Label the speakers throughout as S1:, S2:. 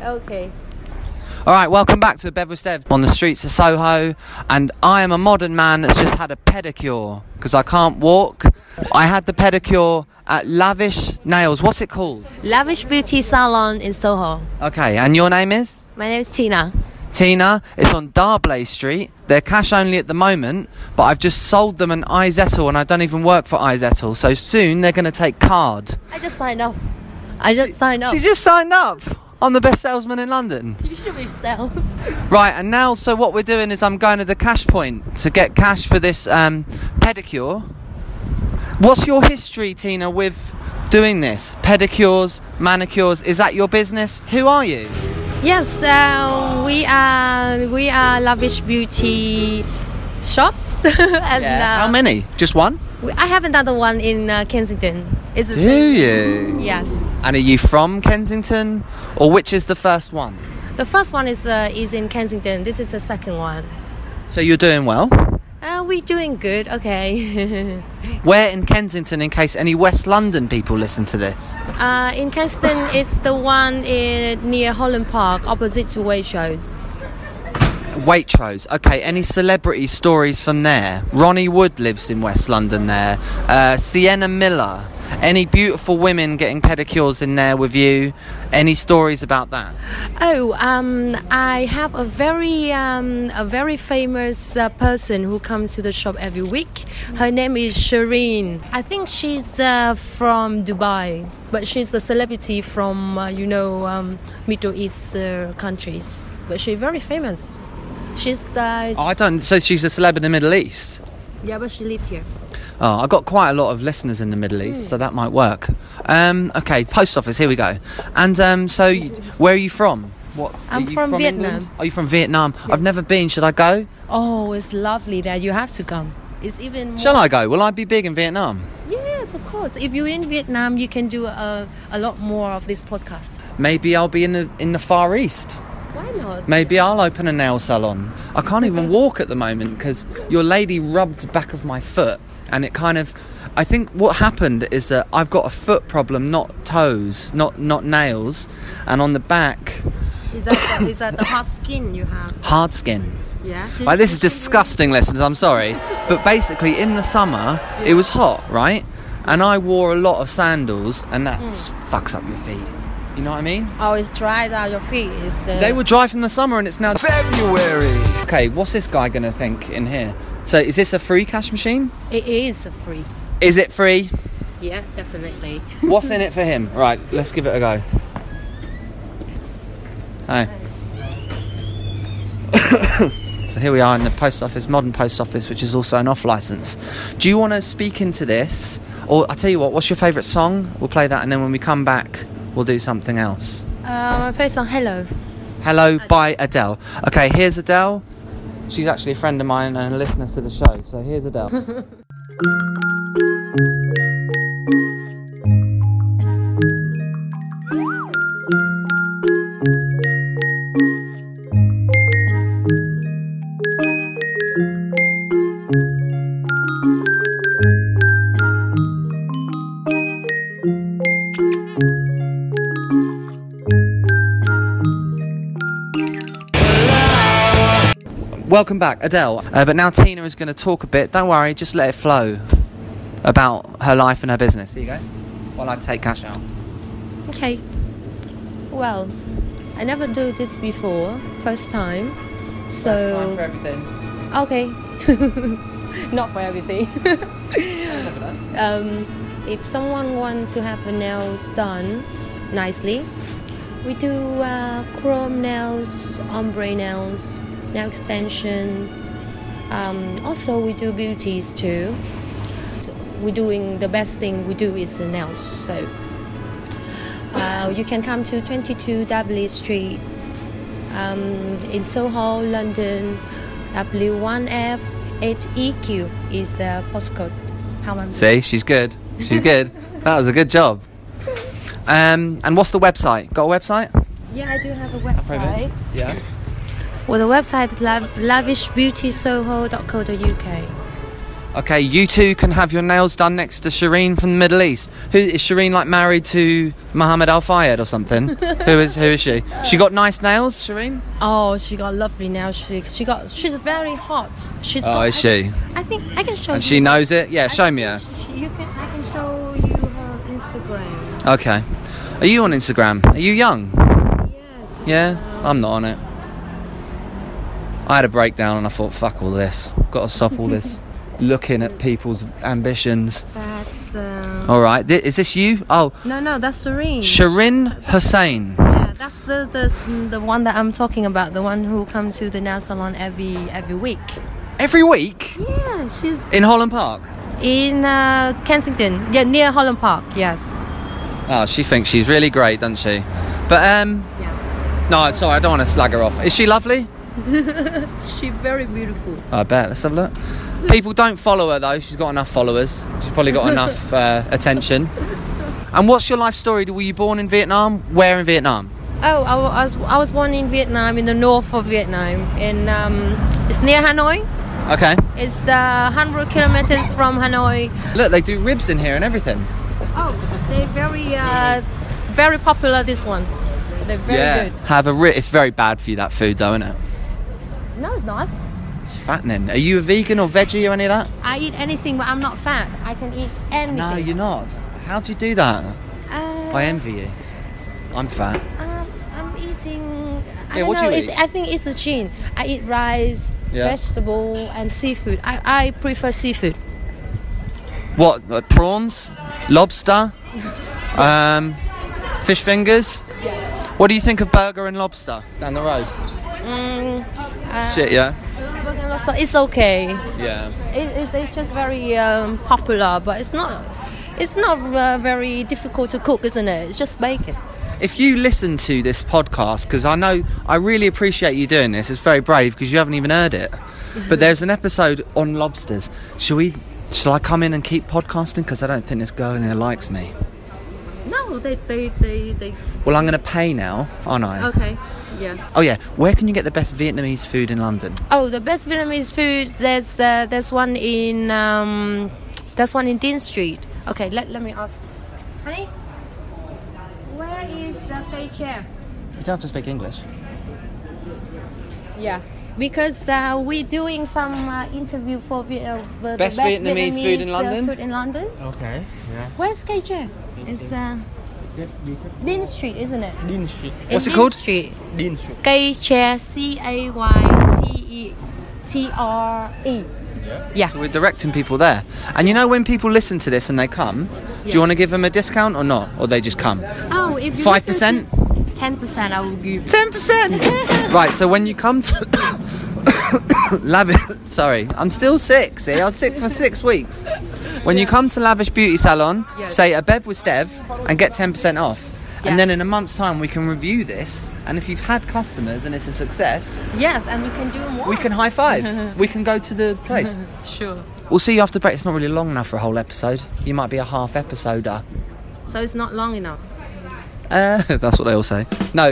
S1: Okay.
S2: All right, welcome back to Beverstev on the streets of Soho, and I am a modern man that's just had a pedicure because I can't walk. I had the pedicure at Lavish Nails. What's it called?
S1: Lavish Beauty Salon in Soho.
S2: Okay, and your name is
S1: My name is Tina.
S2: Tina. It's on Darblay Street. They're cash only at the moment, but I've just sold them an iZettle, and I don't even work for iZettle, so soon they're going to take card.
S1: I just signed up. I just signed up.
S2: She just signed up. I'm the best salesman in London.
S1: you should be self.
S2: Right, and now, so what we're doing is I'm going to the cash point to get cash for this um, pedicure. What's your history, Tina, with doing this? Pedicures, manicures, is that your business? Who are you?
S1: Yes, uh, we are we are lavish beauty shops, and uh,
S2: How many? Just one?
S1: we- I have another one in uh, Kensington. Is the Mm-hmm.
S2: Do you?
S1: Yes,
S2: And are you from Kensington? Or which is the first one?
S1: the first one is uh, is in Kensington. This is the second one.
S2: So you're doing well.
S1: Uh, we doing good, okay.
S2: Where in Kensington, in case any West London people listen to this?
S1: uh, in Kensington, it's the one in, near Holland Park, opposite to Waitrose.
S2: Waitrose. Okay, any celebrity stories from there? Ronnie Wood lives in West London there. Uh, Sienna Miller. Any beautiful women getting pedicures in there with you? Any stories about that?
S1: Oh, um, I have a very um, a very famous uh, person who comes to the shop every week. Her name is Shireen. I think she's uh, from Dubai, but she's the celebrity from uh, you know um, Middle East uh, countries. But she's very famous. She's the
S2: Oh, I don't. So she's a celeb in the Middle East.
S1: yeah, but she lived here.
S2: Oh, I've got quite a lot of listeners in the Middle East, so that might work. Um, okay, post office. Here we go. And um, so, y- where are you from? What? are
S1: I'm
S2: you
S1: from
S2: England?
S1: Vietnam.
S2: Are you from Vietnam? I've never been. Should I go?
S1: Oh, it's lovely that you have to come. It's even more.
S2: Shall I go? Will I be big in Vietnam?
S1: Yes, of course. If you're in Vietnam, you can do a, a lot more of this podcast.
S2: Maybe I'll be in the in the Far East.
S1: Why not?
S2: Maybe I'll open a nail salon. I can't even walk at the moment because your lady rubbed the back of my foot and it kind of I think what happened is that I've got a foot problem, not toes, not not nails, and on the back,
S1: Is that, the, is that the hot skin you have?
S2: hard skin.
S1: Yeah.
S2: Like this is disgusting listeners, I'm sorry. But basically in the summer it was hot, right? And I wore a lot of sandals and that s- fucks up your feet. You know what I mean?
S1: Oh, it's dried out your feet. It's, uh,
S2: They were dry from the summer and it's now
S3: February.
S2: Okay, what's this guy gonna think in here? So, is this a free cash machine?
S1: It is free.
S2: Is it free?
S1: Yeah, definitely.
S2: What's in it for him? Right, let's give it a go. Hi. so here we are in the post office, modern post office, which is also an off license. Do you want to speak into this, or I tell you what? What's your favourite song? We'll play that, and then when we come back, we'll do something else.
S1: Uh, my place on Hello.
S2: Hello by Adele. Okay, here's Adele. She's actually a friend of mine and a listener to the show. So here's Adele. Welcome back, Adele. Uh, but now Tina is going to talk a bit. Don't worry, just let it flow about her life and her business. Here you go. While I take cash out.
S1: Okay. Well, I never do this before. First time. So.
S2: everything.
S1: Okay. Not for everything. um, if someone wants to have the nails done nicely, we do uh, chrome nails, ombre nails, nail extensions. Um, also, we do beauties too. We're doing the best thing we do is the nails. So uh, you can come to 22 Dudley Street um, in Soho, London, W1F, 8EQ is the postcode. How I'm
S2: See, she's good. She's good. that was a good job. Um, and what's the website? Got a website?
S1: Yeah, I do have a
S2: Private?
S1: website.
S2: Yeah.
S1: Well, the website is lav- lavishbeautysoho.co.uk.
S2: Okay, you two can have your nails done next to Shireen from the Middle East. Who is Shireen like married to Mohammed Al Fayed or something? who is who is she? She got nice nails, Shireen?
S1: Oh, she got lovely now. She she got she's very hot. She's
S2: Oh,
S1: got,
S2: is
S1: I-
S2: she?
S1: I think I can show
S2: And
S1: you.
S2: she knows it? Yeah, show me her.
S1: You can I can show you her Instagram.
S2: Okay. Are you on Instagram? Are you young?
S1: Yes.
S2: Yeah? I'm not on it. I had a breakdown and I thought, fuck all this. Gotta stop all this looking at people's ambitions.
S1: That's uh,
S2: Alright, th- is this you? Oh,
S1: no, no, that's Serene.
S2: Shireen Hussein.
S1: yeah, that's the, the the one that I'm talking about. The one who comes to the nail salon every every week.
S2: Every week?
S1: Yeah, she's
S2: In Holland Park?
S1: in uh, Kensington. Yeah, near Holland Park. Yes.
S2: Oh, she thinks she's really great, doesn't she? But um,
S1: Yeah.
S2: no, sorry, I don't want to slag her off. Is she lovely?
S1: She's very beautiful.
S2: I bet. Let's have a look. People don't follow her though. She's got enough followers. She's probably got enough uh, attention. And what's your life story? Were you born in Vietnam? Where in Vietnam?
S1: Oh, I wa- I was, I was born in Vietnam, in the north of Vietnam, in um, it's near Hanoi.
S2: Okay.
S1: It's uh, 100 kilometers from Hanoi.
S2: Look, they do ribs in here and everything.
S1: Oh, they're very, uh, very popular. This one, they're very
S2: yeah.
S1: good.
S2: Have a rib. It's very bad for you that food though, isn't it?
S1: No, it's not.
S2: It's fattening. Are you a vegan or veggie or any of that?
S1: I eat anything, but I'm not fat. I can eat anything.
S2: No, you're not. How do you do that?
S1: Uh,
S2: I envy you. I'm fat.
S1: Um, I'm eating. I
S2: Yeah,
S1: don't
S2: what do
S1: know.
S2: you
S1: it's,
S2: eat?
S1: I think it's the gene. I eat rice,
S2: Yeah.
S1: vegetable, and seafood. I, I prefer seafood.
S2: What? uh, prawns? Lobster? Um, fish fingers? What do you think of burger and lobster down the road? Shit, yeah?
S1: Burger and lobster, It's okay.
S2: Yeah.
S1: It, it, it's just very um, popular, but it's not. It's not uh, very difficult to cook, isn't it? It's just bacon.
S2: If you listen to this podcast, because I know I really appreciate you doing this, it's very brave because you haven't even heard it. But there's an episode on lobsters. Shall we? Shall I come in and keep podcasting? Because I don't think this girl in here likes me.
S1: No, they, they, they, they.
S2: Well, I'm going to pay now, aren't I?
S1: Okay, yeah.
S2: Oh yeah. Where can you get the best Vietnamese food in London?
S1: Oh, the best Vietnamese food. There's uh, there's one in um, there's one in Dean Street. Okay, let, let me ask. Honey, where is the pay chair?
S2: You don't have to speak English.
S1: Yeah. Because uh, we're doing some uh, interview for Vi- uh, the
S2: Best Vietnamese food in
S1: uh,
S2: London?
S1: food in London.
S3: Okay, yeah.
S1: Where's Kay Chair? It's uh, Dean Street, isn't it?
S3: Dean Street.
S1: In
S2: What's it
S1: Dean
S2: called?
S1: Street.
S3: Dean Street.
S1: Cây chè C A Y T E T R E. Yeah.
S2: We're directing people there. And you know when people listen to this and they come, do
S1: Yes.
S2: you want to give them a discount or not? Or they just come?
S1: Oh, if you
S2: 5%?
S1: ten percent, I will give.
S2: 10%! right, so when you come to. Lavish. Sorry, I'm still sick, see? I was sick for six weeks. When you come to Lavish Beauty Salon,
S1: Yes.
S2: say a bev with Stev and get 10% off.
S1: Yes.
S2: And then in a month's time, we can review this. And if you've had customers and it's a success,
S1: Yes, and we can do more.
S2: we can high five. we can go to the place.
S1: Sure.
S2: We'll see you after break. It's not really long enough for a whole episode. You might be a half episoder.
S1: So it's not long enough.
S2: Uh, that's what they all say. No,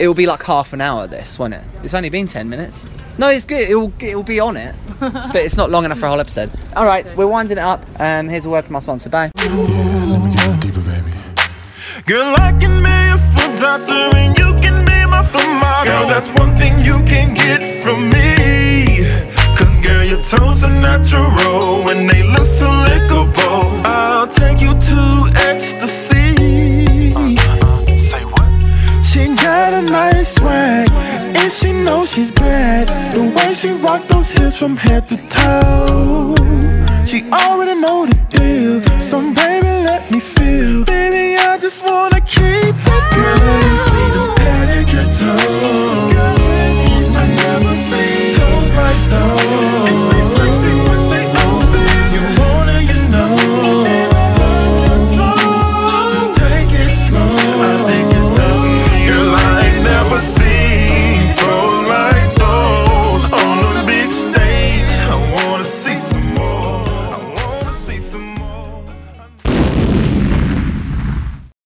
S2: it will be like half an hour. This, won't it? It's only been ten minutes. No, it's good. It will. It will be on it, but it's not long enough for a whole episode. All right, we're winding it up. Um, here's a word from our sponsor. Bye.
S4: deeper, baby.
S5: Girl, I can be your full doctor and you can be my formato. Girl, that's one thing you can get from me. Cause girl, your toes are natural and they look so lickable. I'll take you to ecstasy. Uh, say what? She got a nice swag, and she knows she's bad. The way she rocked those hips from head to toe, she already know the